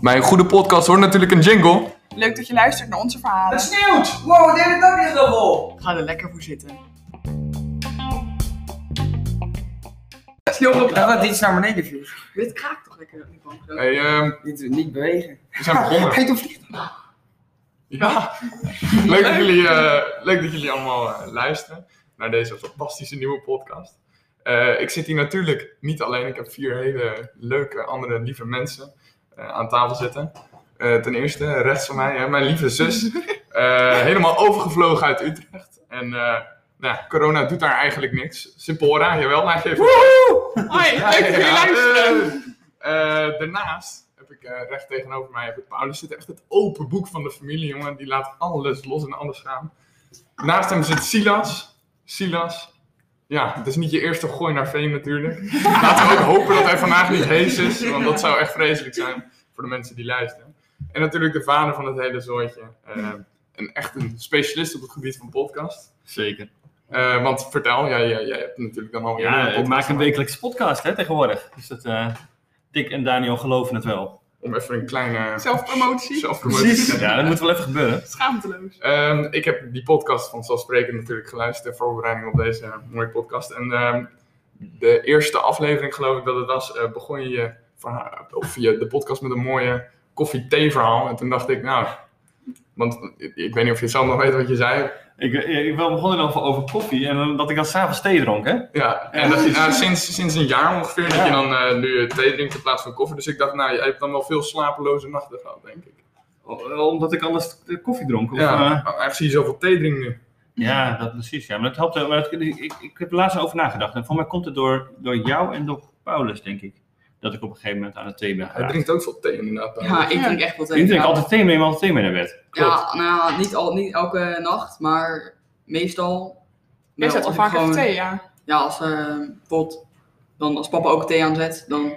Bij een goede podcast hoort natuurlijk een jingle. Leuk dat je luistert naar onze verhalen. Het sneeuwt! Wow, de hele dag is er vol! ga er lekker voor zitten. En wat, dit is naar beneden viel. Dit kraakt toch lekker op die bank? zo? Hey, ehm, Dit niet bewegen. we zijn begonnen. Hij doet vliegen. Ja. leuk, dat jullie, eh, leuk dat jullie allemaal eh, luisteren naar deze fantastische nieuwe podcast. Eh, ik zit hier natuurlijk niet alleen. Ik heb vier hele leuke, andere, lieve mensen eh, aan tafel zitten. Eh, ten eerste, rechts van mij, hè, mijn lieve zus. Eh, helemaal overgevlogen uit Utrecht. En eh, nou, corona doet daar eigenlijk niks. Simpora, jawel, hij geeft Hoi, leuk dat jullie Ja, luisteren. eh, eh, daarnaast heb ik eh, recht tegenover mij heb ik Paulus. Zit echt het open boek van de familie, jongen. Die laat alles los en alles gaan. Naast hem zit Silas. Silas. Ja, het is niet je eerste gooi naar veen natuurlijk. Laten we ook hopen dat hij vandaag niet hees is. Want dat zou echt vreselijk zijn voor de mensen die luisteren. En natuurlijk de vader van het hele zooitje. eh, een echt een specialist op het gebied van podcast. Zeker. Eh, want vertel, jij, jij, jij hebt natuurlijk dan al Ja, ik maak een week. wekelijkse podcast hè, tegenwoordig. Dus dat, eh Dick en Daniel geloven het wel. Om even een kleine Zelfpromotie. zelfpromotie. Ja, dat moet wel even gebeuren. Schaamteloos. Ehm, ik heb die podcast vanzelfsprekend natuurlijk geluisterd ter voorbereiding op deze mooie podcast. En ehm, de eerste aflevering, geloof ik dat het was, eh, begon je verha- of je de podcast met een mooie koffie-thee-verhaal. En toen dacht ik, nou, want ik, ik weet niet of je zelf nog weet wat je zei. Ik, eh, ik wel begon dan over- over koffie en dan- dat ik dan s'avonds thee dronk, hè? Ja, en dat je, nou, sinds, sinds een jaar ongeveer dat je dan eh, nu thee drinkt in plaats van koffie. Dus ik dacht, nou, je hebt dan wel veel slapeloze nachten gehad, denk ik. O- Omdat ik anders eh, koffie dronk. Of, Ja, ja. aangezien je zoveel thee drinkt nu. ja, dat precies. Ja. Maar dat helpt wel. Maar dat- ik, ik, ik heb er laatst over nagedacht. En voor mij komt het door, door jou en door Paulus, denk ik. Dat ik op een gegeven moment aan het thee ben Hij geraakt. drinkt ook veel thee inderdaad. dan. Ja, ik Ja. drink echt wel thee. Ik drink ja. altijd thee mee, want thee mee naar bed. Klopt. Ja, nou, niet, al, niet elke nacht, maar meestal. Jij wel, zet al als ik vaak Nou, gewoon- even thee, ja. Ja, als eh, bijvoorbeeld, dan als papa ook thee aanzet, dan,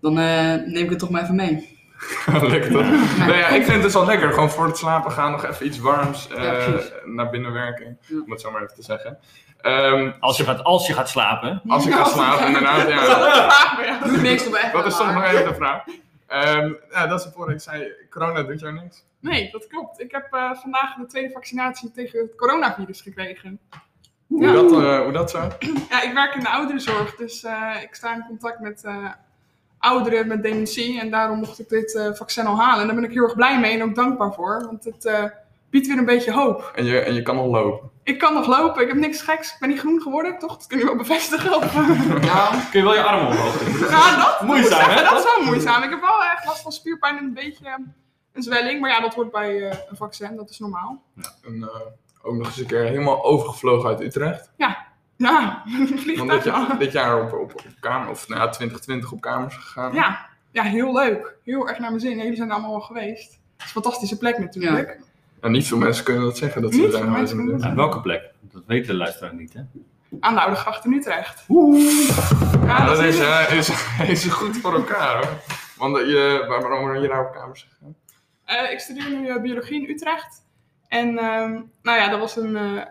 dan eh, neem ik het toch maar even mee. lekker toch? Nou ja, ik vind het dus wel lekker. Gewoon voor het slapen gaan nog even iets warms eh, Ja, precies. naar binnen werken. Ja. Om het zo maar even te zeggen. Ehm, Als, je gaat, als je gaat slapen. als ik ga slapen, inderdaad. Ja, Doe het meestal wel echt dat nou? is wel, toch nog maar- even de vraag. Ehm, ja, dat is het vorige. Ik zei, corona doet jou niks. Nee, dat klopt. Ik heb eh, vandaag de tweede vaccinatie tegen het coronavirus gekregen. Hoe, dat, eh, hoe dat zo? Ja, ik werk in de ouderenzorg, dus eh, ik sta in contact met eh, ouderen met dementie. En daarom mocht ik dit eh, vaccin al halen. En daar ben ik heel erg blij mee en ook dankbaar voor. Want het eh, biedt weer een beetje hoop. En je, en je kan nog lopen. Ik kan nog lopen, ik heb niks geks. Ik ben niet groen geworden, toch? Dat kun je wel bevestigen. Of, Nou, Kun je wel je arm omhoog doen. Ja, dat, Moeizaam, hè? dat is wel moeizaam. Ik heb wel echt last van spierpijn en een beetje ehm, een zwelling. Maar ja, dat hoort bij eh, een vaccin, dat is normaal. En, eh, ook nog eens een keer helemaal overgevlogen uit Utrecht. Ja, Want dit vliegtuig. jaar, Ja. dit jaar op, op, op kamer, of nou ja, 2020 op kamers gegaan. Ja. ja, heel leuk. Heel erg naar mijn zin. Jullie zijn er allemaal wel geweest. Het is een fantastische plek natuurlijk. En niet veel mensen kunnen dat zeggen. Dat ze Niet daar veel nou mensen eens kunnen in- Aan welke plek? Dat weet de luisteraar niet, hè? Aan de Oude Gracht in Utrecht. Ja, Ja, dat is, heel- eh, is, is goed voor elkaar hoor. Want eh, je, waar- waarom ben je daar op kamers gegaan? Eh, ik studeer nu eh, biologie in Utrecht. En ehm, nou ja, dat was een. eh,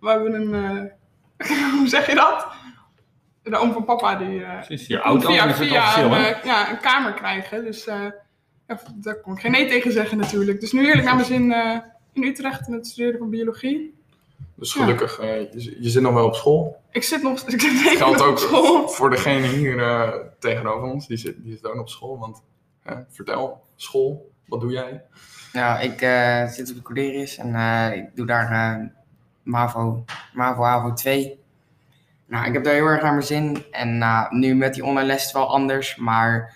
we hebben een. eh, hoe zeg je dat? De oom van papa die. eh, Precies, je Moet auto is het officieel, een, hè? eh, ja, een kamer krijgen. Dus eh, ja, daar kon ik geen nee tegen zeggen natuurlijk. Dus nu heerlijk naar mijn zin eh, in Utrecht en het studeren van biologie. Dus gelukkig, eh, je, je zit nog wel op school. Ik zit nog ik zit even Geldt op ook school. Voor degene hier eh, tegenover ons, die zit, die zit ook nog op school. Want eh, vertel, school, wat doe jij? Nou, ik eh, zit op de Corderis en eh, ik doe daar eh, MAVO, MAVO, HAVO 2. Nou, ik heb daar heel erg naar mijn zin. En nou, nu met die online les is het wel anders, maar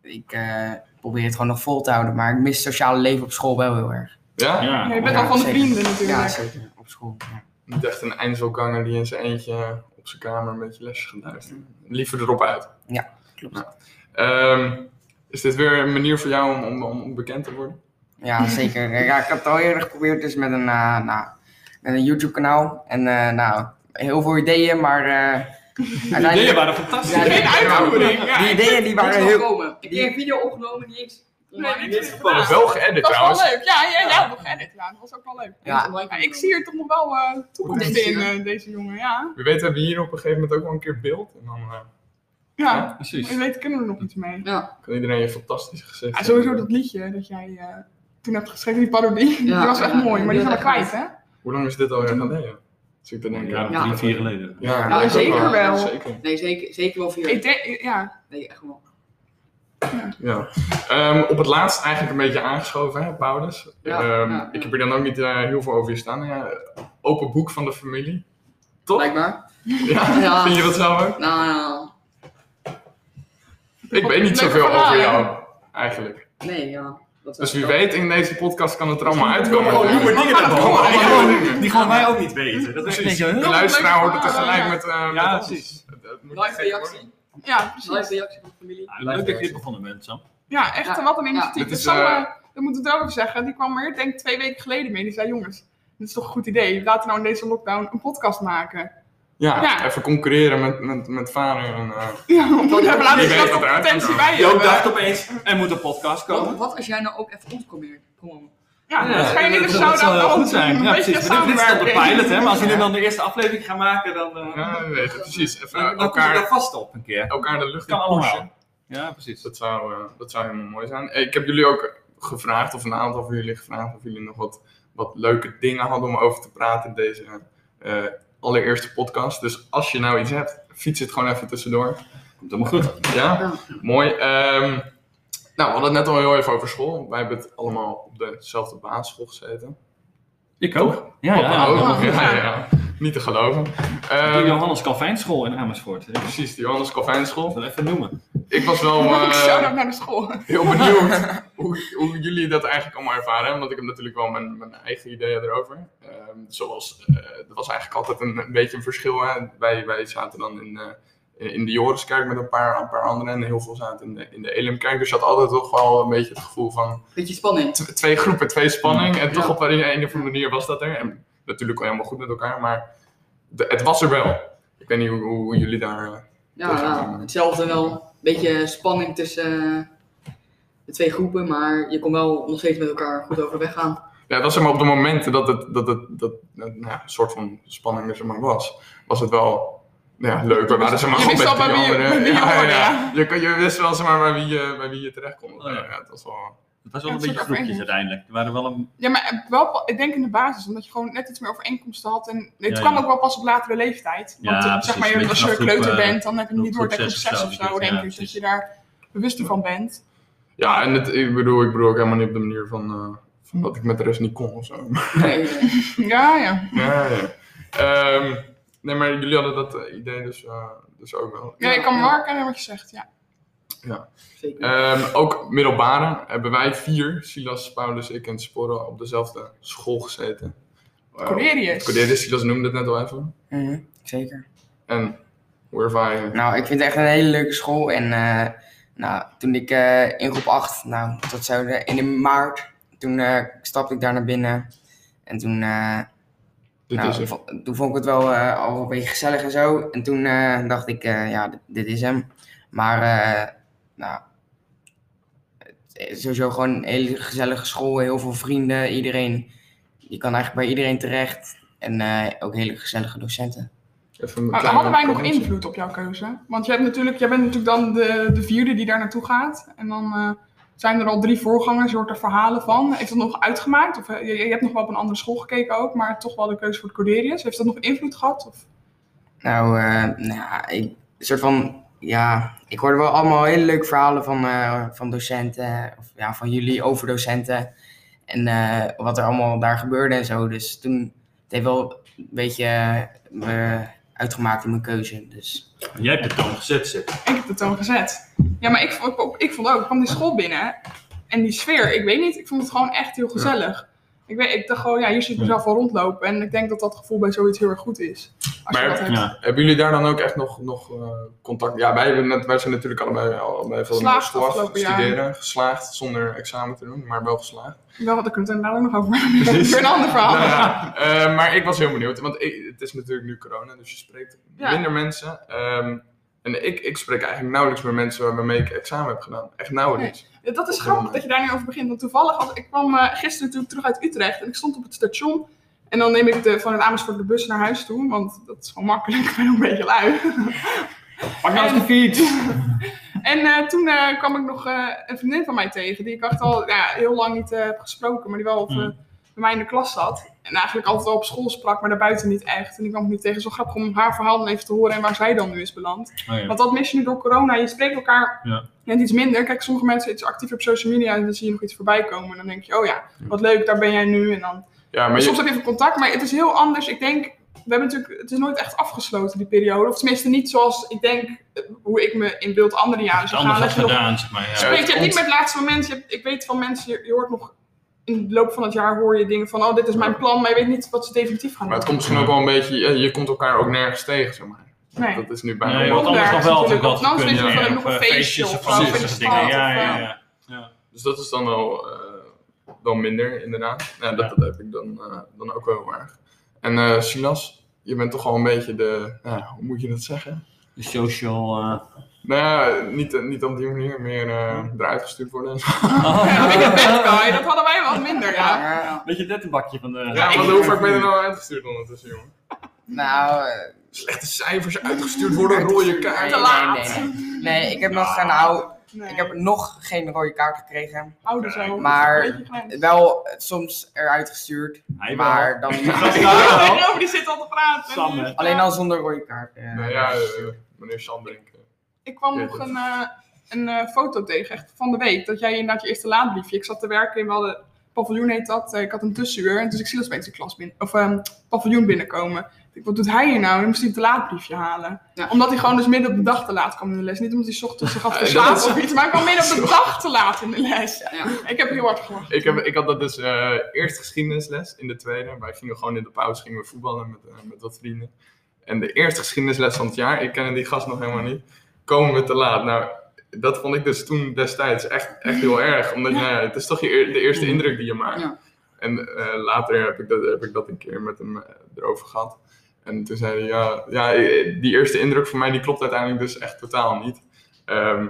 ik eh, probeer het gewoon nog vol te houden. Maar ik mis het sociale leven op school wel heel erg. eh, Ja? Ja. Nee, je bent al van de zeker. vrienden natuurlijk. Ja, zeker. Op school. ja. Niet echt een eindselganger die in zijn eentje eh, op zijn kamer een beetje lesje gaat luisteren. Liever erop uit. Ja, klopt. Nou, ehm, is dit weer een manier voor jou om, om, om bekend te worden? Ja, zeker. Ja, ik had het al eerder geprobeerd, dus met een, eh, nou, met een YouTube-kanaal. En eh, nou, heel veel ideeën, maar eh Die ideeën uiteindelijk... waren fantastisch. Ja, Geen uitvoering. Ja. Die ideeën die die is waren wel heel... komen. Ik heb een video opgenomen, die is online Nee, in dit dit is geval. gedaan. Wel geëdit Dat was wel trouwens. leuk. Ja, ja, ja, dat was edit. Ja, dat was ook wel leuk. Ja. Ja, ik zie hier toch nog wel eh, toekomst in, Potentie, hè? eh, deze jongen. Ja, Wie weet hebben we hier op een gegeven moment ook wel een keer beeld. En dan eh, ja. precies. Je weet, kunnen we er nog iets mee. Ja, kan iedereen je fantastisch gezicht Ja, hebben. Ah, sowieso dat liedje dat jij eh, toen hebt geschreven, die parodie. Ja, die was echt ja, mooi, maar die ja, zijn we echt kwijt, wel. hè? Hoe lang is dit alweer geleden? Zit ik te denken. Ja, Ja. drie, vier jaar geleden. Ja, Ja, dat is ook zeker wel. Zeker. nee, zeker, zeker wel Ik vier. denk, E ja. Nee, echt wel. Ja. Ehm, op het laatst eigenlijk een beetje aangeschoven, hè, Paulus. Ja, Ehm, ja. Ik heb hier dan ook niet eh, heel veel over je staan. Ja, open boek van de familie. Toch? Blijkbaar. Ja. Ja. Vind je dat zo ook? Nou, nou, Ik weet niet Leuke zoveel verhalen. over jou, eigenlijk. nee, ja. Dat Dus zou wie ik weet, in deze podcast kan het er allemaal doen we uitkomen. gewoon Ja. nieuwe dingen Ja. erbij. Ja. Die gewoon wij ook niet weten. Dat Precies. is De een luisteraar hoort het Ja. tegelijk met, eh Ja, met ons. precies. Dat- dat moet wel. Live gezegd reactie. worden. Ja, precies. Live reactie van de familie. Ah, Leuk dat je dit begonnen bent, Sam. Ja, echt Ja. wat een initiatief. Dit Dus is, Sam, eh, eh, dat moet ik het ook even zeggen, die kwam er denk ik twee weken geleden mee. Die zei, jongens, dit is toch een goed idee. Laten we nou in deze lockdown een podcast maken. Ja, Ja. even concurreren met, met, met vader. En, eh, Ja, want we hebben laten Wie zien weet wat wat voor eruit potentie komt. wij Joop hebben. dacht opeens, er moet een podcast Wat, komen. wat als jij nou ook even ons probeert? Kom op. Ja, Ja, dat ga je in de dat- dat shout-out zou heel wel goed zijn. een Ja, beetje precies. Maar Dit, dit is dan de samenwerken. pilot, hè? Maar als jullie dan de eerste aflevering gaan maken, dan, eh, ja, we weten, precies. Even dan, dan kom je elkaar, daar vast op een keer. elkaar de lucht in Kan allemaal. pushen. Ja, precies. Dat zou, eh, dat zou helemaal mooi zijn. Eh, Ik heb jullie ook gevraagd, of een aantal van jullie gevraagd, of jullie nog wat, wat leuke dingen hadden om over te praten in deze eh, allereerste podcast. Dus als je nou iets hebt, fiets het gewoon even tussendoor. Komt helemaal goed. Ja, Ja. mooi. Ehm, nou, we hadden het net al heel even over school. Wij hebben het allemaal op dezelfde basisschool gezeten. Ik ook. Ja, ja. Papa ook nog, ja. ja, ja. Niet te geloven. De Ehm, Johannes Calvijnschool in Amersfoort. Ik precies, de Johannes Calvijnschool. zal het even noemen. Ik was wel... Oh, eh, Shout-out naar de school. heel benieuwd hoe, hoe jullie dat eigenlijk allemaal ervaren. hè, Want ik heb natuurlijk wel mijn, mijn eigen ideeën erover. Ehm, zoals, eh, er was eigenlijk altijd een, een beetje een verschil. Hè? Wij, wij zaten dan in, eh, in de Joriskerk met een paar, een paar anderen. En heel veel zaten in de, in de Elemkerk. Dus je had altijd toch wel een beetje het gevoel van Beetje spanning. tw- twee groepen, twee spanning. En toch Ja. op een, een of andere manier was dat er. En natuurlijk al helemaal goed met elkaar. Maar de- het was er wel. Ik weet niet hoe, hoe jullie daar... eh, Ja, ja, hetzelfde wel. Beetje spanning tussen eh, de twee groepen, maar je kon wel nog steeds met elkaar goed overweg gaan. Ja, dat was zeg maar op de momenten dat het, dat het, dat, dat, nou, ja, een soort van spanning er zeg maar was, was het wel nou ja, leuk. We waren zeg maar Je gewoon wist met wel die bij wie je- anderen. bij wie je hoorde, ja. Oh, Je, kon- je wist wel zeg maar bij wie je, bij wie je terecht kon. Ja, ja. het was wel... Het was wel Ja, een het beetje is ook groepjes erg. uiteindelijk. Er waren wel een... Ja, maar eh, wel, ik denk in de basis, omdat je gewoon net iets meer overeenkomsten had. En het Ja, kwam ja. ook wel pas op latere leeftijd. Ja, Want eh, precies, zeg maar, je- weet als je je nog groep, kleuter eh, bent, dan heb je niet groep- door dat groep groep zes 6 of of zo, zo, ja, denk ik. Dat precies. je daar bewuster van bent. ja, en het, ik bedoel, ik bedoel ook helemaal niet op de manier van, eh, van dat ik met de rest niet kon of zo. Nee, eh, Ja, ja. ja, ja. Ehm, nee, maar jullie hadden dat eh, idee dus, eh, dus ook wel. Ja, Ja, ik kan me ja. wel herkennen wat je zegt, ja. Eh. zeker. Ehm, ook middelbare hebben wij vier, Silas, Paulus, ik en Sporro, op dezelfde school gezeten. Eh, Cornelius. Cordelis, Silas noemde het net al even. Mhm, zeker. En hoe ervaar je? Nou, ik vind het echt een hele leuke school. En eh, nou, toen ik eh, in groep 8, nou, dat zou de- in de maart, toen eh, stapte ik daar naar binnen. En toen, eh, Dit nou, is het. vo- toen vond ik het wel eh, al een beetje gezellig en zo. En toen eh, dacht ik, eh, ja, d- dit is hem. Maar, eh, nou, het is sowieso gewoon een hele gezellige school, heel veel vrienden, iedereen. Je kan eigenlijk bij iedereen terecht. En eh, ook hele gezellige docenten. Even een Maar kleine hadden wij nog promotie. invloed op jouw keuze? Want jij, hebt natuurlijk, jij bent natuurlijk dan de, de vierde die daar naartoe gaat. En dan eh, zijn er al drie voorgangers, je hoort er verhalen van. Heeft dat nog uitgemaakt? Of, eh, je, je hebt nog wel op een andere school gekeken ook, maar toch wel de keuze voor het Cordelius. Heeft dat nog invloed gehad? Of? Nou, eh, nou ja, ik, een soort van, ja, ik hoorde wel allemaal hele leuke verhalen van, eh, van docenten, of ja, van jullie over docenten. En eh, wat er allemaal daar gebeurde en zo. Dus toen, het heeft wel een beetje eh, uitgemaakt in mijn keuze. Dus Jij hebt het dan gezet, zit. Ik heb het dan gezet. Ja, maar ik, vond- ik, ik vond ook, ik kwam die school binnen en die sfeer, ik weet niet, ik vond het gewoon echt heel gezellig. Ik, weet, ik dacht gewoon, ja, hier zit ik mezelf wel rondlopen. En ik denk dat dat gevoel bij zoiets heel erg goed is. Als Maar- je dat hebt. Ja. Hebben jullie daar dan ook echt nog, nog eh, contact? Ja, wij, hebben net, wij zijn natuurlijk allebei, allebei van de Geslaagd school af, afgelopen jaar. studeren, geslaagd zonder examen te doen, maar wel geslaagd. Wel, daar kunnen we het daar ook nog over hebben. Dat is weer een ander verhaal. Nou ja, eh, maar ik was heel benieuwd, want ik- het is natuurlijk nu corona, dus je spreekt Ja. minder mensen. Ehm, En ik, ik spreek eigenlijk nauwelijks meer mensen waarmee ik examen heb gedaan. Echt nauwelijks. Ja, Dat is grappig dat je daar nu over begint. Want toevallig, had, ik kwam eh, gisteren natuurlijk terug uit Utrecht en ik stond op het station. En dan neem ik de, vanuit Amersfoort de bus naar huis toe, want dat is gewoon makkelijk. Ik ben ook een beetje lui. Pak nou eens de fiets! En eh, toen eh, kwam ik nog eh, een vriendin van mij tegen, die ik echt al ja, heel lang niet eh, heb gesproken, maar die wel eh, Mm. bij mij in de klas zat. En eigenlijk altijd al op school sprak, maar daarbuiten niet echt. En die kwam ik nu tegen. Zo grappig om haar verhaal dan even te horen en waar zij dan nu is beland. Oh ja. Want dat mis je nu door corona. Je spreekt elkaar Ja. net iets minder. Kijk, sommige mensen iets actiever op social media en dan zie je nog iets voorbij komen. En dan denk je, oh ja, wat leuk, daar ben jij nu. En dan... Ja, maar je- Soms heb je even contact, maar het is heel anders. Ik denk, we hebben natuurlijk, het is nooit echt afgesloten, die periode. Of tenminste niet zoals ik denk, eh, hoe ik me in beeld andere jaren Het zou gaan. anders had Dat je nog- gedaan, zeg maar. Ja. Ja, Spreek het je niet komt- met het laatste moment. Je hebt- ik weet van mensen, je, je hoort nog in de loop van het jaar hoor je dingen van, oh, dit is mijn plan, maar je weet niet wat ze definitief maar gaan doen. het komt misschien ook wel een beetje... ja, je komt elkaar ook nergens tegen, zeg maar. Nee. Dat is nu bijna... Nee, want Wonder anders nog wel is natuurlijk natuurlijk- wat dan is gekund, er ja. nog een eh, feestje feestjes of zo, of precies, van je dat soort dingen. stad Ja, of, ja, eh, ja. Dus dat is dan wel, eh, wel minder, inderdaad. Ja, dat, dat heb ik dan, eh, dan ook wel heel erg. En eh, Silas, je bent toch al een beetje de... ja, hoe moet je dat zeggen? De social... eh, Nou ja, niet, niet op die manier. Meer eh, eruit gestuurd worden. en zo. Ja, ik heb best wel, dat hadden wij wel minder, ja. Ja, Weet je, dit een bakje van de... Ja, want hoe vaak ben je er nou uitgestuurd ondertussen, jongen? nou, eh, Slechte cijfers uitgestuurd worden, rode kaart. Te laat. Nee, nee, nee. nee ik, heb nog, een oude, Nee. ik heb nog geen rode kaart gekregen. ouder zo. Maar- Een beetje klein. Wel eh, soms eruit gestuurd, Hij wel. maar dan... Ja. Ja, maar die zit al te praten. Sam, hè. Alleen al zonder rode kaart. eh, Nou ja, eh, gestuurd. meneer Sandbrink. eh. Ik kwam nog een, eh, een eh, foto tegen, echt van de week. Dat jij inderdaad je eerste laadbriefje. Ik zat te werken in, we hadden, paviljoen heet dat. eh, ik had een tussenuur. En dus ik zie dat mensen de klas binnen, of ehm, paviljoen binnenkomen. Ik denk, wat doet hij hier nou? En dan moest hij het laadbriefje halen. Ja. Omdat hij gewoon dus midden op de dag te laat kwam in de les. Niet omdat hij 's ochtends zich had Ja, verslapen dat is- of iets. Maar hij kwam midden op de dag te laat in de les. Ja. Ik heb heel hard gelachen. Ik, heb, ik had dat dus eh, eerst geschiedenisles in de tweede. Wij gingen gewoon in de pauze gingen we voetballen met, eh, met wat vrienden. En de eerste geschiedenisles van het jaar, ik ken die gast nog helemaal niet, komen we te laat. Nou, dat vond ik dus toen destijds echt, echt heel erg. Omdat nou ja, het is toch je, eer- de eerste indruk die je maakt. Ja. En eh, later heb ik, dat, heb ik dat een keer met hem eh, erover gehad. En toen zei hij, ja, ja, eh, die eerste indruk voor mij die klopt uiteindelijk dus echt totaal niet. Ehm,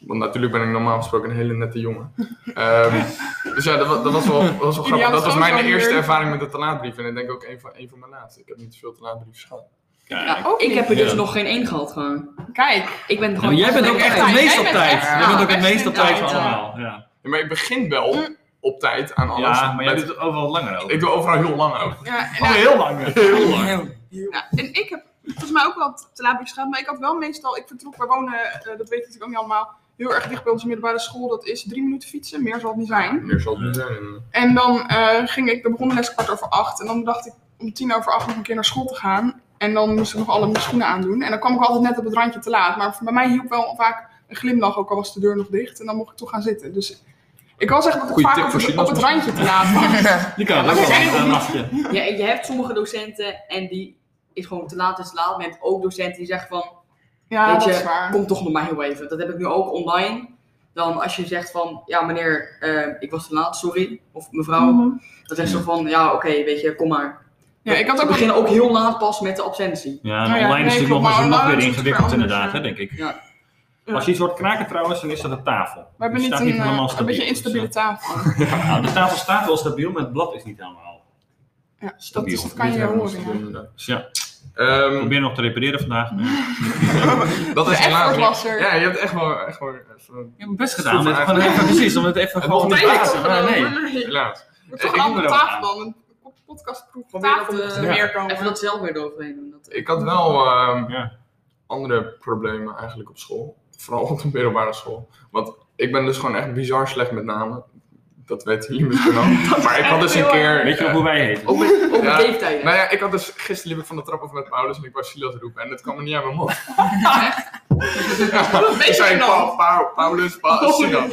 want natuurlijk ben ik normaal gesproken een hele nette jongen. Ehm, dus ja, dat, wa- dat was wel, dat was wel grappig. Ideale Dat was mijn schoonzoon eerste weer. ervaring met de telaatbrief. En ik denk ook een van, een van mijn laatste. Ik heb niet zoveel telaatbrieven gehad. Kijk. ook Ik niet. heb er dus Ja. nog geen één gehad gewoon. Kijk, Ik ben Ja, gewoon... maar jij bent ook echt Jij het meest op bent tijd. echt- Jij bent ook ja, het meest op best tijd in van tijd, ja. allemaal. Ja, Ja, maar ik begin wel Mm. op tijd aan alles. ja maar jij Met- doet het overal langer over. Ik doe overal heel lang over. ja, en, Oh, eh, heel lang. Heel lang. Ja, en ik heb volgens mij ook wel te laat gehad, maar ik had wel meestal, ik vertrok, wij wonen, eh, dat weet ik natuurlijk ook niet allemaal, heel erg dicht bij onze middelbare school. Dat is drie minuten fietsen, meer zal het niet zijn. Meer zal het niet zijn. En dan eh, ging ik, dan begon de les kwart over acht en dan dacht ik om tien over acht nog een keer naar school te gaan. En dan moest ik nog alle mijn schoenen aandoen. En dan kwam ik altijd net op het randje te laat. Maar bij mij hielp wel vaak een glimlach, ook al was de deur nog dicht. En dan mocht ik toch gaan zitten. Dus ik was echt Goeie vaak tip op voor het, op Silas. het randje te laat. Je kan het ook Ja, wel Oh maar lang zijn- aan lachje. Ja, je hebt sommige docenten en die is gewoon te laat is te laat. Maar je hebt ook docenten die zeggen van, Ja, Weet dat je, is waar. kom toch nog maar heel even. Dat heb ik nu ook online. Dan als je zegt van, ja meneer, eh, ik was te laat, sorry. Of mevrouw. Mhm. Nou, Dan zeggen ze van, ja oké, weet je, kom maar. Ja, ik had ook Ze beginnen ook heel laat pas met de absentie. Ja, en Nou ja, online is nee, het klopt, natuurlijk nog, maar eens- nog online weer is het ingewikkeld weer inderdaad, hè, anders, denk ik. Ja. Ja. Als je iets hoort knaken trouwens, dan is dat een tafel. we hebben Die niet staat een, eh, helemaal een stabiel, beetje dus, eh, instabiele tafel. nou, de tafel staat wel stabiel, maar het blad is niet helemaal. Ja, dat, Stabiel. is, dat kan je horen. ja. Dus ja, ik Ehm probeer nog te repareren vandaag. maar- dat is De helaas effort niet- was er. Ja, je hebt echt wel... Echt wel eh, even- Ik heb mijn best gedaan. Om het gewoon even, precies, om het even Het gewoon mocht te niet plaatsen. Maar nee. helaas. Moet toch Ik een doe andere er ook tafel aan. dan? Een podcastproef Probeer dat tafel op- moet er ja. meer komen. Even dat zelf weer eroverheen doen. Dat, Ik had wel ehm, Ja. andere problemen eigenlijk op school. Vooral op de middelbare school. Want ik ben dus gewoon echt bizar slecht met namen. Dat weten jullie misschien wel. maar ik had dus een heel keer... Weet je eh, ook hoe wij heten? Oh, ook met, ook Ja. met leeftijd. hè. Nou ja, ik had dus gisteren liep ik van de trap af met Paulus en ik was Silas roepen en dat kwam er niet uit mijn mond. ja, ik zei pa, pa, Paulus, pa, Oh, Silas.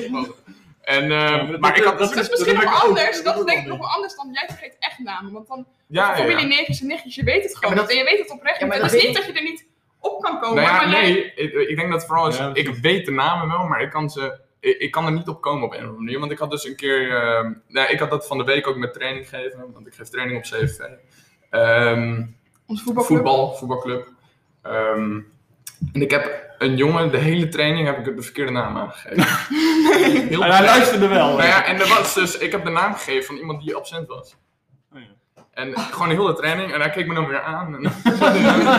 En, Ja, eh, maar maar ik had dat- dus... dat is misschien heb nog ik wel ook- anders. doe Dat is ik denk ik ook nog wel anders dan jij vergeet echt namen. Want dan Ja, ja, familie ja. neefjes en nichtjes, je weet het gewoon. maar dat- en je weet het oprecht. Ja, maar niet. dat het is weet- niet dat je er niet op kan komen. Nou ja, Oh, maar jij- nee, ik, ik denk dat vooral is, Ja, ik weet de namen wel, maar ik kan ze, ik, ik kan er niet op komen op een of andere manier. Want ik had dus een keer, ehm, nou, ik had dat van de week ook met training gegeven, want ik geef training op CFV. Ehm, Onze voetbalclub. voetbal, voetbalclub. Ehm, En ik heb een jongen, de hele training heb ik het de verkeerde naam aangegeven. Heel En hij luisterde wel. Nou ja, en er was dus, ik heb de naam gegeven van iemand die absent was. Oh En gewoon heel de training, en hij keek me dan weer aan. En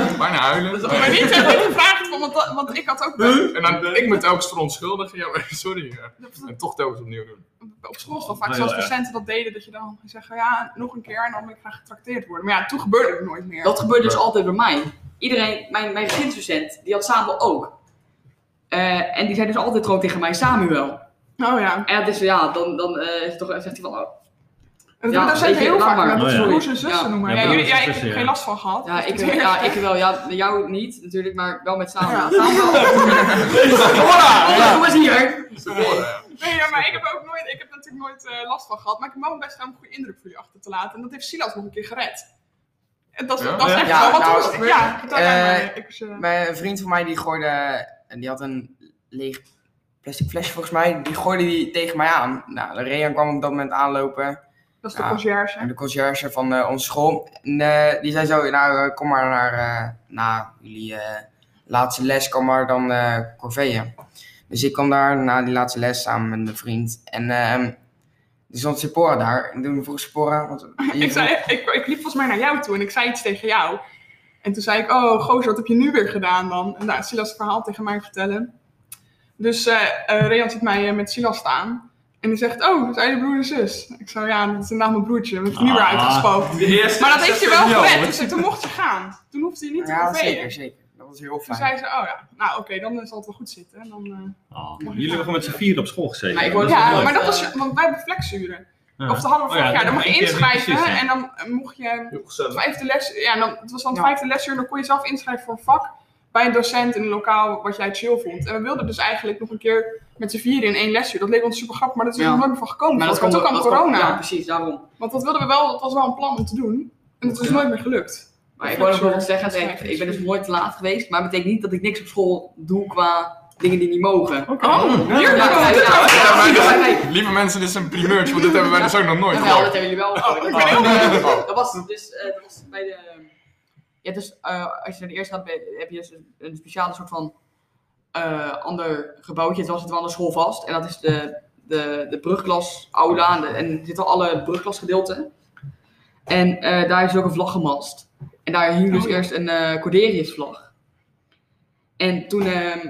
bijna huilen. Maar niet echt niet gevraagd, want, dat- want ik had ook wel- En dan ik me telkens verontschuldigen. Ja, maar sorry. ja. En toch telkens opnieuw doen. op school wel vaak, Heel zoals erg. docenten dat deden, dat je dan zegt, ja, nog een keer en dan ben ik graag getrakteerd worden. Maar ja, toen gebeurde het nooit meer. Dat gebeurt dus altijd bij mij. Iedereen, mijn, mijn gymdocent, die had Samuel ook. Eh, en die zei dus altijd gewoon tegen mij, Samuel. Oh ja. En dat is, ja, dan, dan eh, is het toch, zegt hij van, oh, En dat Ja, ja, docenten weet je, heel laat vaak maar. met Oh, ja. broers en zussen Ja. noemen. Ja, Ja, jullie, broers en ja, ik heb zussen, er ja. geen last van gehad. ja, dus ik, dat is ja, erg. ik wel. Ja, jou niet natuurlijk, maar wel met Ja. Samuel. Samuel. Voilà, kom eens hier. Nee, ja, maar ik heb ook nooit, ik heb natuurlijk nooit eh, last van gehad. Maar ik heb wel mijn best gedaan om een goede indruk voor jullie achter te laten. En dat heeft Silas nog een keer gered. En dat, Ja? dat is echt Ja, wel wat nou, er was ik- gebeurd. Ja, vertel jij maar. eh, Ik was, eh, Mijn een vriend van mij die gooide, en die had een leeg plastic flesje volgens mij, die gooide die tegen mij aan. Nou, de Rean kwam op dat moment aanlopen. dat is de ja. En conciërge. de conciërge van eh, onze school. En, eh, die zei zo, nou eh, kom maar naar, eh, na jullie eh, laatste les, kom maar dan eh corveeën. Dus ik kwam daar na die laatste les samen met mijn vriend. En ehm er stond Sephora daar. En toen vroeg Sephora... Wat, Ik, zei, ik, ik liep volgens mij naar jou toe en ik zei iets tegen jou. En toen zei ik, oh gozer, wat heb je nu weer gedaan dan? En daar is Silas het verhaal tegen mij vertellen. Dus eh eh, Rehan ziet mij eh, met Silas staan. En die zegt, oh, zijn je broer en zus? Ik zei, ja, dat is inderdaad mijn broertje. We hebben het nu weer Ah. uitgespookt. Maar dat heeft je wel gered, dus toen mocht ze gaan. Toen hoefde je niet te Ja, vervelen. zeker, zeker. Dat was heel Toen fijn. zei ze, oh ja, nou oké, dan zal het wel goed zitten. En Dan, eh, Oh, jullie hebben gewoon met z'n vieren op school gezeten. Maar ik word- Dat is Ja, wel leuk. maar dat was, want wij hebben flexuren. Ja. Of de hadden we Oh ja, vorig jaar, dan dat mocht je weet ik, inschrijven precies, ja. en dan eh, mocht je Heel gezellig. vijfde les, ja, dan, het was dan het Ja. vijfde lesuur, dan kon je zelf inschrijven voor een vak bij een docent in een lokaal wat jij chill vond. En we wilden dus eigenlijk nog een keer met z'n vieren in één lesuur. Dat leek ons super grappig, maar dat is er Ja. nog nooit meer van gekomen. Maar dat want toen komt kwam dat komt- corona. ja, precies, daarom. Want dat wilden we wel, dat was wel een plan om te doen. En dat is Ja. nooit meer gelukt. Maar ik wou ook wel wat zeggen, Dat is Drek. eigenlijk ik ben dus iets. nooit te laat geweest, maar dat betekent niet dat ik niks op school doe qua dingen die niet mogen. Oh, Ja, hier ja, komt het ja, ook. ja, Ja, maar- ja, Lieve mensen, dit is een primeurtje, want dit hebben wij dus ook nog nooit Jawel, dat gehoord. hebben jullie wel. ik ben heel Eh, Dat was dus eh, dat was bij de. Ja, dus eh, als je naar de eerste gaat, ben- heb je dus een- een speciale soort van eh, ander gebouwtje. Het was het wel aan de school vast. En dat is de, de, de brugklas aula. En, de- en er zitten alle brugklasgedeelten. En eh, daar is ook een vlag gemast. En daar hing dus Oh. eerst een eh Corderius-vlag. En toen eh,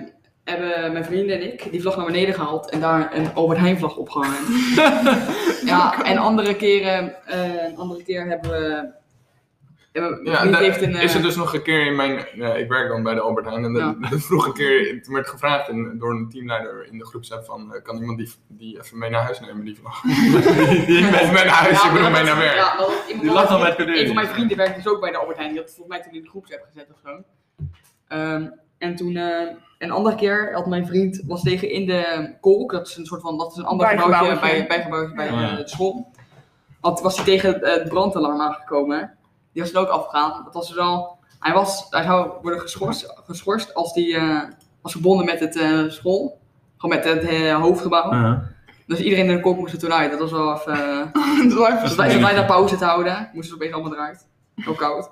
hebben mijn vrienden en ik die vlag naar beneden gehaald en daar een Albert Heijn-vlag opgehangen. Oh Ja, en andere keren, eh, een andere keer hebben we. hebben we- Ja, Ruud daar heeft een, eh, is er dus nog een keer in mijn... ja, ik werk dan bij de Albert Heijn. En de, Ja. de vorige keer toen werd gevraagd in- door een teamleider in de groepsapp van... eh, kan iemand die, die even mee naar huis nemen, die vlag? of mee naar huis, ja, ik bedoel dus mee dat- naar werk. ja, dat- iemand Die anders- lacht al met Een van Cordelis. mijn vrienden werkte dus ook bij de Albert Heijn. Die had volgens mij toen in de groepsapp gezet of zo. Ehm, en toen, eh, een andere keer had mijn vriend, was tegen in de kolk. Dat is een soort van, dat is een ander Bijgebouwtje. gebouwtje bij, bijgebouwtje bij Ja. eh, de school. Had, was hij tegen het eh, brandalarm aangekomen. Die was er ook afgegaan. Dat was dus al, hij, was, hij zou worden geschorst, geschorst als hij eh, was verbonden met het eh, school. Gewoon met het eh, hoofdgebouw. Ja. Dus iedereen in de kolk moest er toen uit. Dat was wel even... eh, Het was even- dus wij, zat wij daar pauze te houden, moesten ze opeens allemaal eruit. Ook koud.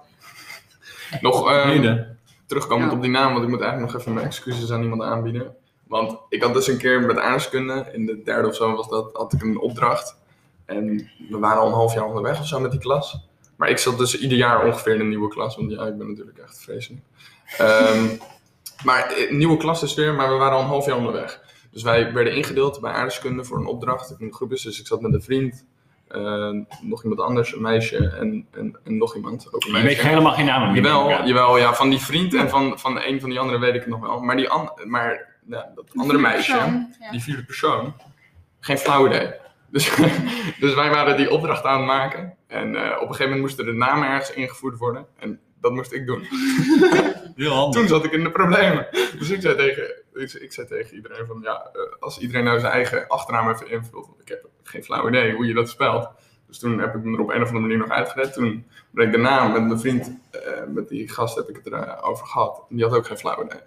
Nog ehm, Heden. terugkomend Ja. op die naam, want ik moet eigenlijk nog even mijn excuses aan iemand aanbieden. Want ik had dus een keer met aardrijkskunde, in de derde of zo was dat, had ik een opdracht. En we waren al een half jaar onderweg of zo met die klas. Maar ik zat dus ieder jaar ongeveer in een nieuwe klas, want ja, ik ben natuurlijk echt vreselijk. Ehm, maar eh, nieuwe klas is weer, maar we waren al een half jaar onderweg. Dus wij werden ingedeeld bij aardrijkskunde voor een opdracht in groepjes. Dus ik zat met een vriend, eh, nog iemand anders, een meisje en, en, en nog iemand, ook een Je meisje. weet helemaal geen namen meer. Jawel, Ja. jawel, ja, van die vriend en van, van een van die anderen weet ik het nog wel. Maar die an maar, ja, dat andere meisje, Persoon, ja. die vierde persoon, geen flauw idee. Dus, dus wij waren die opdracht aan het maken. En eh, op een gegeven moment moesten de namen ergens ingevoerd worden. En dat moest ik doen. Heel handig. Toen zat ik in de problemen. Dus ik zei tegen, ik, ik zei tegen iedereen van, ja, eh, als iedereen nou zijn eigen achternaam even invult. want Ik heb geen flauw idee hoe je dat spelt. Dus toen heb ik me er op een of andere manier nog uitgered. Toen ben ik daarna met mijn vriend, eh, met die gast heb ik het erover gehad. En die had ook geen flauw idee.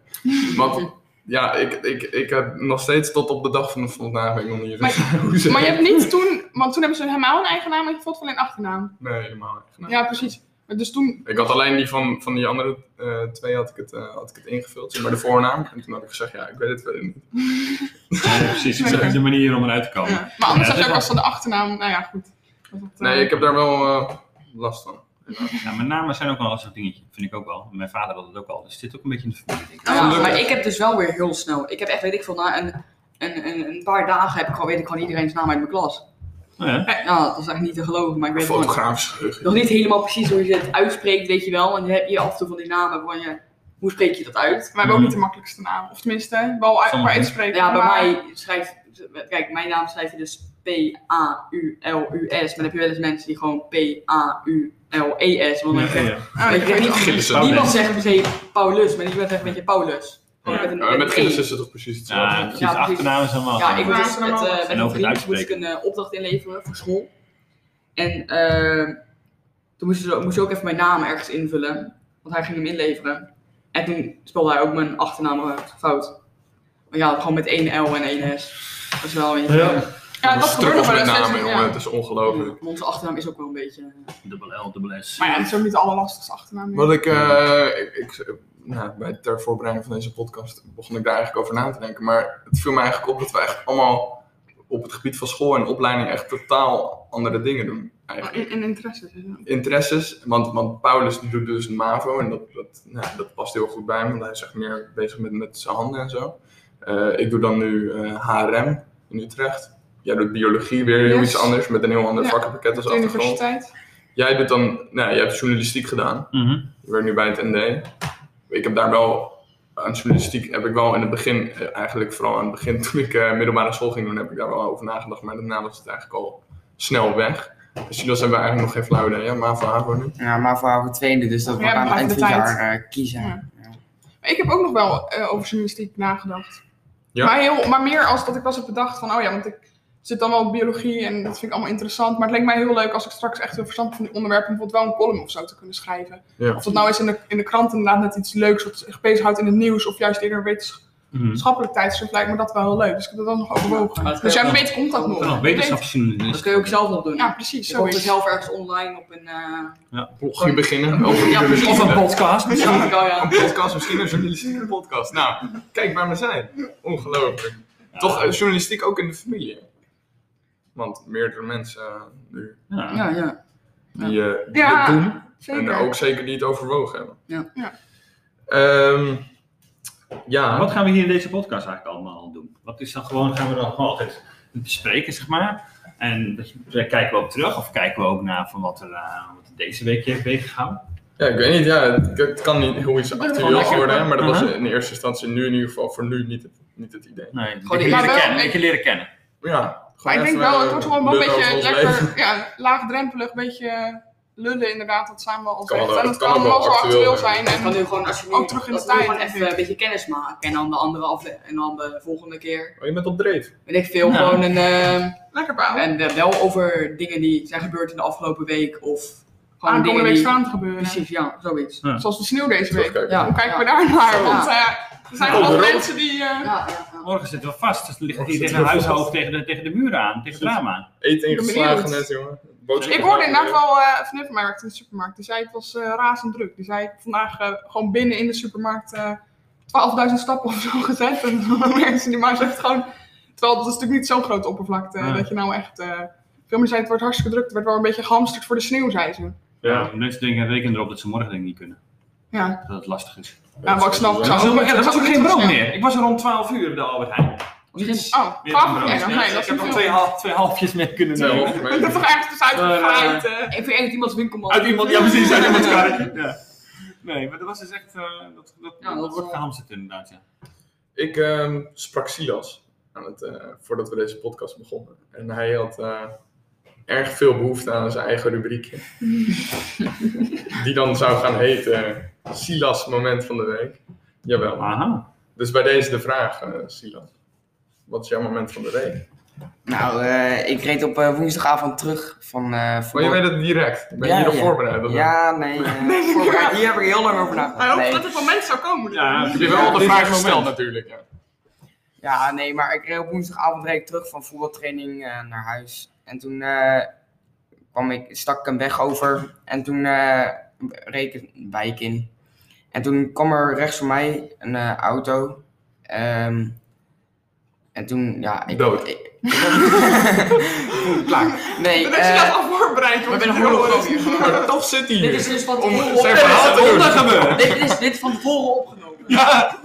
Want ja, ik, ik, ik heb nog steeds tot op de dag van vandaag ben ik nog niet eens hoe ze Maar je hebt niet toen, want toen hebben ze helemaal een eigen naam ingevuld, alleen achternaam. Nee, helemaal niet. Ja, precies. Maar Dus toen, Ik had alleen die van, van die andere eh, twee had ik, het, eh, had ik het ingevuld, zeg maar de voornaam. En toen had ik gezegd, ja, ik weet het verder niet. precies, dat is de manier om eruit te komen. ja. maar anders had Ja, je dit ook was- als van de achternaam, nou ja, goed. Was dat, eh, Nee, ik heb daar wel eh, last van. Nou, mijn namen zijn ook wel een soort dingetje, vind ik ook wel. Mijn vader had het ook al, dus het zit ook een beetje in de familie. Denk ik. Ja, Gelukkig. maar ik heb dus wel weer heel snel. Ik heb echt, weet ik veel, na een, een, een, een paar dagen heb ik gewoon, weet ik gewoon iedereen's naam uit mijn klas. Nou ja. Ja, dat is echt niet te geloven, maar ik weet gewoon Fotografisch geheugen. nog niet helemaal precies hoe je het uitspreekt, weet je wel. En je hebt hier af en toe van die namen van je, hoe spreek je dat uit? Maar we hebben ook niet de makkelijkste naam. Of tenminste, wel uit, maar Sommige. uitspreken. Ja, bij maar- mij schrijf, kijk, mijn naam schrijf je dus P-A-U-L-U-S. Maar dan heb je wel eens mensen die gewoon P-A-U-L-E-S. E Want dan Ja, zeg ja. Oh, Weet je, weet niet- het. Gillissen. niemand zegt per se Paulus, maar die zegt echt met je Paulus. Gewoon Ja, een- Eh, een met Gilles E. is het toch precies hetzelfde? Ja, Ja, precies, Ja, precies. achternamen zijn wel. Ja, ik moet Ja, dus ze met, allemaal eh, wat. met En een over het vriend moest ik een uitspreken. eh, opdracht inleveren voor school. En eh, toen moest ze, moest ze ook even mijn naam ergens invullen. Want hij ging hem inleveren. En toen spelde hij ook mijn achternaam eh, fout. Maar ja, gewoon met één L en één S. Dat is wel een beetje... Ja. Ja, dat stuk gebeurt nog of wel met eens. namen, ja. jongen. Het is ongelooflijk. Onze achternaam is ook wel een beetje... Dubbel L, dubbel S. Maar ja, het is ook niet de allerlastigste achternaam. Wat ik, eh, ik, ik- nou, bij ter voorbereiding van deze podcast begon ik daar eigenlijk over na te denken. Maar het viel me eigenlijk op dat we eigenlijk allemaal op het gebied van school en opleiding echt totaal andere dingen doen. Eigenlijk. In, in interesse. dus, ja. Interesses, want, want Paulus die doet dus MAVO en dat, dat, nou, dat past heel goed bij hem, want hij is echt meer bezig met, met zijn handen en zo. Eh, ik doe dan nu eh, HRM in Utrecht. Jij doet biologie weer heel Yes. iets anders, met een heel ander Ja, vakkenpakket als De achtergrond. universiteit. Jij doet dan, nou, jij hebt journalistiek gedaan. Mhm. Je werkt nu bij het ND. Ik heb daar wel aan journalistiek heb ik wel in het begin, eh, eigenlijk vooral aan het begin toen ik eh, middelbare school ging doen, heb ik daar wel over nagedacht. Maar daarna was het eigenlijk al snel weg. Dus Silas hebben we eigenlijk nog geen flauw idee, ja, maar voor haar nu. Ja, maar voor haar tweede, dus dat Ja, we aan het maar eind even van het de jaar eh, kiezen. Ja. Ja. Maar ik heb ook nog wel eh, over journalistiek nagedacht. Ja. Maar, heel, maar meer als dat ik was heb bedacht van, oh ja, want ik zit dan wel op biologie en dat vind ik allemaal interessant. Maar het leek mij heel leuk als ik straks echt heel verstand van die onderwerpen, bijvoorbeeld wel een column of zo te kunnen schrijven. Ja. Of dat nou is in de, in de krant inderdaad net iets leuks wat zich bezighoudt in het nieuws of juist eerder een wetenschappelijk Mhm. tijdschrift lijkt me dat wel heel leuk. Dus ik heb dat dan nog overwogen. Maar het Dus kan jij ook- weet komt dat nog. Oh, Wie weet. Dat wetenschapsjournalist. kun je ook zelf nog doen. Ja, precies. je komt er Zoiets. zelf ergens online op een... eh, Blogging beginnen over Ja, journalistiek. Of een podcast ja, misschien. ja. Een podcast, misschien een journalistieke podcast. Nou, kijk waar we zijn. Ongelooflijk. Ja. Toch eh, journalistiek ook in de familie. Want meerdere mensen eh, nu Ja. Ja, ja. die, eh, die Ja, het doen. Zeker. En ook zeker die het overwogen hebben. Ja. Ja. Ehm, ja. Wat gaan we hier in deze podcast eigenlijk allemaal doen? Wat is dan gewoon, gaan we dan gewoon altijd bespreken, zeg maar? En dat je- daar kijken we op terug of kijken we ook naar van wat er, eh, wat er deze week heeft meegegaan? ja, ik weet niet. Ja, het, het kan niet heel iets Gewoon actueels lekker. worden, hè, maar dat was Mhm. in eerste instantie nu in ieder geval voor nu niet het, niet het idee. Nee, Gewoon je die- leren maar wel- kennen. een beetje leren kennen. Ja, Maar ik denk wel, eh, het wordt gewoon wel een beetje Het lekker, ja, laagdrempelig, een beetje lullen inderdaad, dat zijn we al Kan wel- zegt. En het het kan kan ook wel allemaal zo actueel actueel zijn. zijn. Het kan En, nu gewoon, als je nu, Ook terug in de dat we nu tijd, gewoon even denk ik. een beetje kennis maken. En dan de andere afle- en dan de volgende keer. Oh, je bent op dreef. Weet ik veel, Ja. gewoon een... eh, lekker paal. En eh, wel over dingen die zijn gebeurd in de afgelopen week of gewoon Aankomende dingen week die... staan te gebeuren. Precies, ja, zoiets. Zoals de sneeuw deze week. Terugkijken. Ja. Hoe kijken we daar naar? Want eh, er zijn Ja. wel Oh, de mensen die... eh, Ja, ja, ja. Morgen zitten we vast, dus dan ligt het hier Morgen tegen het zitten we huishoofd, tegen de, tegen de muren aan, tegen het raam aan. Eet Ik ben ingeslagen benieuwd. net, jongen. Boodschappen Ik hoorde inderdaad maken. wel eh van even in de supermarkt. Die zei het was eh, razend druk. Die zei vandaag eh, gewoon binnen in de supermarkt eh 12.000 stappen of zo gezet. En mensen die maar zegt gewoon... Terwijl dat is natuurlijk niet zo'n grote oppervlakte Ja. dat je nou echt... eh, veel meer zei het wordt hartstikke druk. Het werd wel een beetje gehamsterd voor de sneeuw, zei ze. Ja. Mensen denken, rekenen erop dat ze morgen denk ik niet kunnen. Ja, Dat het lastig is. ja wat ik snap. Er Er was was, zou ook- ook geen brood snel. meer. Ik was er rond 12 uur bij de Albert Heijn. Niets. Oh, Weer geen kwam brood. er nog? Nee, dat ik is heb niet nog veel. twee, half, twee halfjes mee kunnen Twee nemen. hoofdmerken. Ik heb toch ergens dus uitgevraagd. eh Ik vind echt dat iemands winkelman... Uit iemand, ja precies, uit iemands karretje. Ja. Nee, maar dat was dus echt, eh, dat, dat, Ja, dat dat wordt wel. gehamsterd inderdaad, ja. Ik ehm, sprak Silas aan het, eh, voordat we deze podcast begonnen. En hij had eh, erg veel behoefte aan zijn eigen rubriekje. Die dan zou gaan heten Silas Moment van de Week. Jawel. Aha. Dus bij deze de vraag, eh, Silas. Wat is jouw moment van de week? Nou, eh, ik reed op eh, woensdagavond terug van... eh Maar je weet het direct. Ik ben Ja, hier op ja. voorbereid. Ja. Ja, nee. eh, voorbereid. Hier heb ik heel lang over Hij nagedacht. hoopt Nee. dat het moment zou komen. dus. Ja, Ik heb je wel Dit de is vraag het moment. gesteld natuurlijk. Ja. Ja, nee, maar ik reed op woensdagavond reed ik terug van voetbaltraining eh, naar huis. En toen eh, kwam ik, stak ik een weg over. En toen eh, rekenwijk in. En toen kwam er rechts voor mij een eh, auto. Ehm, en toen, ja... Ik, Dood. ik- Klaar. nee, Dat je eh, dat al voorbereid wordt. We hebben een holocaust hier Ja. gehad. Maar toch zit hij Dit hier. is dus van Om tevoren zijn opgenomen. verhaal te doen. Dit is, dit is van tevoren opgenomen. Ja.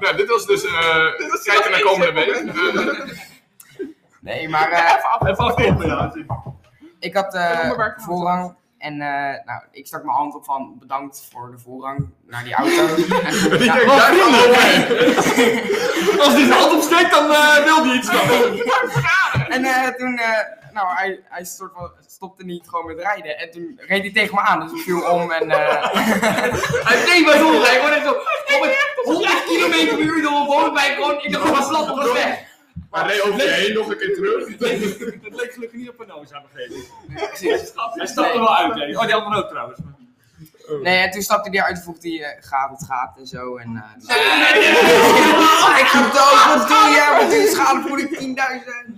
Nou, dit was dus eh kijken naar komende week. Eh, nee, maar... eh, Even afkomen. Ik had eh, Ja, maar waar kan voorrang en eh, nou, ik stak mijn hand op van bedankt voor de voorrang naar die auto. en toen, Die ja, denkt, daar Oh, gaan we Als die zijn hand opsteekt, dan eh, wil die iets. en eh, toen, eh, nou, hij, hij soort van stopte niet gewoon met rijden. En toen reed hij tegen me aan, dus ik viel om en... eh, Hij heeft tegen mij doorrijden. Gewoon echt zo. Op het 100 km per uur door een woonwijk. Gewoon in de grote slap op de weg. op. Maar nee, over je heen, nog een keer terug. Het leek gelukkig niet op een noos aan begrepen. precies. Hij stapt er wel uit. hè. Oh, die andere ook trouwens. Nee, en toen stapte hij eruit en vroeg hij, eh, gaat het gaat en zo. En, eh, dus- ik ga dood, wat doe je? Wat doe je? Schadevergoeding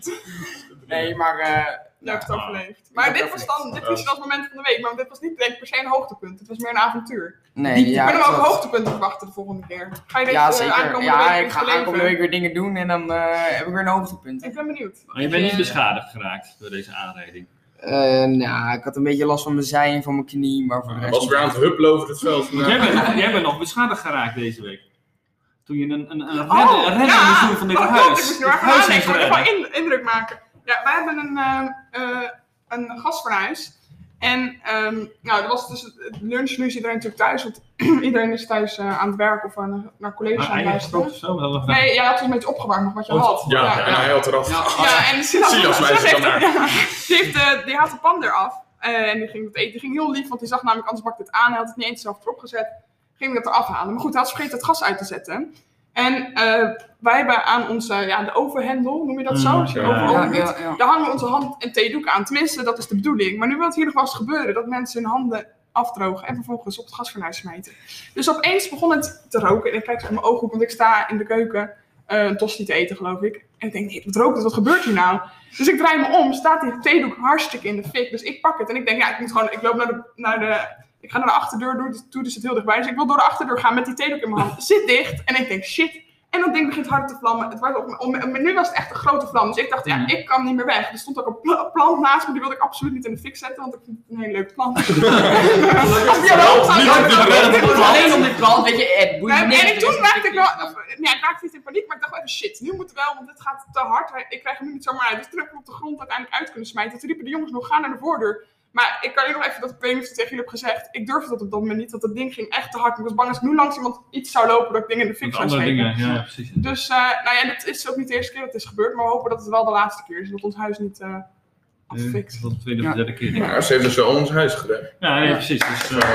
10.000. Nee, maar... eh, Je hebt het overleefd. Ik Maar heb dit was overleefd. dan, dit was dat moment van de week. Maar dit was niet denk ik, per se een hoogtepunt. Het was meer een avontuur. nee, ik ja, ben hem klopt. ook hoogtepunten verwachten de volgende keer. Ga je deze Ja, eh, zeker. aankomende Ja, week ik ga beleven? aankomende week weer dingen doen en dan eh, heb ik weer een hoogtepunt. Ik ben benieuwd. Maar je bent niet beschadigd geraakt door deze aanrijding. Eh, nou, ik had een beetje last van mijn zij en van mijn knie, maar voor de Hij rest... was niet. weer aan het huppelen over het veld. Want jij vandaag. bent, nog, jij bent nog beschadigd geraakt deze week. Toen je een, een, een Oh, redder, een redder ja. moest doen van dit Oh, klopt, Ik huis. moest Het nu erg huis heeft nadenken. maar Ik redden. wil dus in, indruk maken. Ja, wij hebben een, eh eh een gastverhuis. En ehm, nou, dat was dus het- het lunch. Nu is iedereen natuurlijk thuis. Want iedereen is thuis eh, aan het werk of aan, naar colleges Maar aan het hij heeft luisteren. ook zo wel een vraag. Nee, jij had dus een beetje opgewarmd nog wat je Oh, had. Ja, en hij had eraf. Ja, en Silas, Ah, Silas wijst heeft, het dan die, heeft, eh, die had de pan eraf. eh, en die ging het eten. Die ging heel lief, want die zag namelijk, anders bakt het aan. Hij had het niet eens zelf erop gezet. Ging dat eraf halen. Maar goed, hij had vergeten het gas uit te zetten. En eh, wij hebben aan onze, ja, de overhendel, noem je dat zo? Mm, Als je ja. overhandel Ja, doet. ja, ja. Daar hangen we onze hand- en theedoek aan. Tenminste, dat is de bedoeling. Maar nu wil het hier nog wel eens gebeuren dat mensen hun handen afdrogen en vervolgens op het gasfornuis smijten. Dus opeens begon het te roken. En ik kijk zo in mijn ogen op, want ik sta in de keuken eh, een tosti te eten, geloof ik. En ik denk, nee, wat rookt het? Wat gebeurt hier nou? Dus ik draai me om, staat die theedoek hartstikke in de fik. Dus ik pak het en ik denk, ja, ik moet gewoon, ik loop naar de, naar de ik ga naar de achterdeur doe- toe, dus het heel dichtbij. Dus ik wil door de achterdeur gaan met die theedoek in mijn hand. Zit dicht en ik denk, shit. En dat ding begint hard te vlammen. Het was op, om, maar nu was het echt een grote vlam. Dus ik dacht, ja, Mhm. ik kan niet meer weg. Er stond ook een pla- plant naast me. Die wilde ik absoluut niet in de fik zetten, want ik vind het een hele leuke plant. Als die al opgaat, Niet dan- op de dan- redden van de dan- dan- plant. Alleen om dit brand, weet je, het boeit Nee, me niks. en ik- Er is toen een raakte ik wel, fik in. of, nee, ik raakte niet in paniek, maar ik dacht wel even shit, nu moeten we wel, want dit gaat te hard. Ik krijg hem nu niet zomaar uit. Dus toen heb ik hem op de grond uiteindelijk uit kunnen smijten. Toen riepen de jongens nog, ga naar de voordeur. Maar ik kan je nog even, dat ik weet niet of ik het tegen jullie heb gezegd, ik durfde dat op dat moment niet, want dat ding ging echt te hard. Ik was bang als ik nu langs iemand iets zou lopen, dat ik dingen in de fik Met zou andere steken. dingen, ja, precies. Dus, eh, nou ja, dit is ook niet de eerste keer dat het is gebeurd, maar we hopen dat het wel de laatste keer is, dat ons huis niet eh affikt. Tot de tweede of Ja. derde keer. denk ik. Maar ze heeft dus wel ons huis gered. Ja, nee, precies. Dus, eh,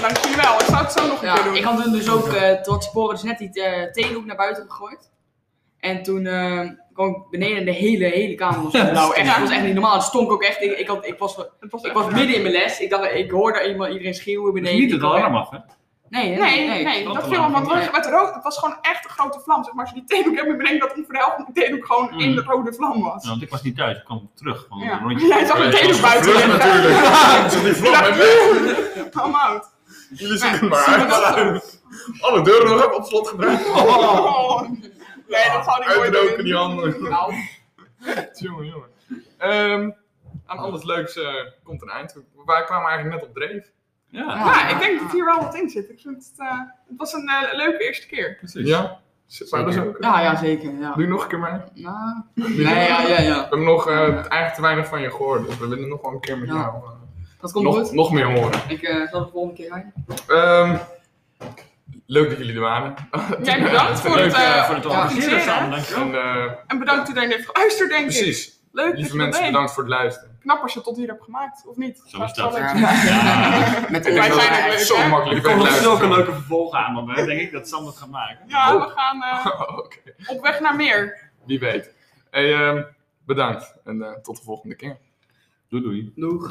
Dank jullie wel, ik zou het zo nog een keer Ja, doen. ik had toen dus ook eh tot sporen dus net die eh, theedoek naar buiten gegooid. En toen eh, kwam ik beneden en de hele, hele kamer was blauw. Nou, Echt, dat was echt niet normaal. Het stonk ook echt. Ik, ik, had, ik, was, Het was ik echt was raar. midden in mijn les. Ik, dacht, ik hoorde iemand, iedereen schreeuwen beneden. niet het Ik kwam alarm af, hè? echt- Nee, hè? Nee, nee, klopt dat wel. viel hem wat Nee. terug. Met rood, het was gewoon echt een grote vlam. Zeg maar, als je die theedoek hebt, bedenkt dat om voor de helft van die theedoek gewoon Mm. één rode vlam was. Ja, want ik was niet thuis, ik kwam terug van Ja. een rondje. Jij zag een theedoek buiten Vlug liggen. natuurlijk. Ze die Ik vlam dacht, en weg. I'm out. Jullie Maar, zien het maar zie je dat uit. Alle deuren nog even op slot gedraaid. Oh. Nee, dat zou ik nooit Uitroken doen. die handen. Nou, Jongen, jongen. Ehm, aan alles leuks eh, komt een eind. Wij kwamen eigenlijk net op dreef. Ja, Ja, ik denk dat hier wel wat in zit. Ik vind het, eh, het was een eh, leuke eerste keer. precies. Ja? Maar dat is ook... ja, ja, zeker. Ja. Doe je nog een keer mee? Nou, nee, ja, ja, ja. We hebben nog eh, eigenlijk te weinig van je gehoord. Dus we willen nog wel een keer met Ja. jou eh, Dat komt nog, goed. nog meer horen. Ik eh, zal de volgende keer zijn. Ehm, leuk dat jullie er waren. Jij bedankt voor Leuk het, eh, eh, voor het organiseren organiseren. samen, dankjewel. En, eh, En bedankt iedereen heeft geluisterd, denk ik. precies. Leuk dat Lieve je er mensen, bent. bedankt voor het luisteren. Knap als je het tot hier hebt gemaakt, of niet? Zo Laat is het wel dat. weten. Ja. Met Ik Wij denk zijn dat er we leuk, zo hè? makkelijk Er komt nog luisteren. zulke leuke vervolgen aan, want wij denk ik dat Sam dat gaat maken. Ja, we gaan eh, Oh, Oké, op weg naar meer. wie weet. Hey, ehm, bedankt en eh, tot de volgende keer. Doei doei. Doeg.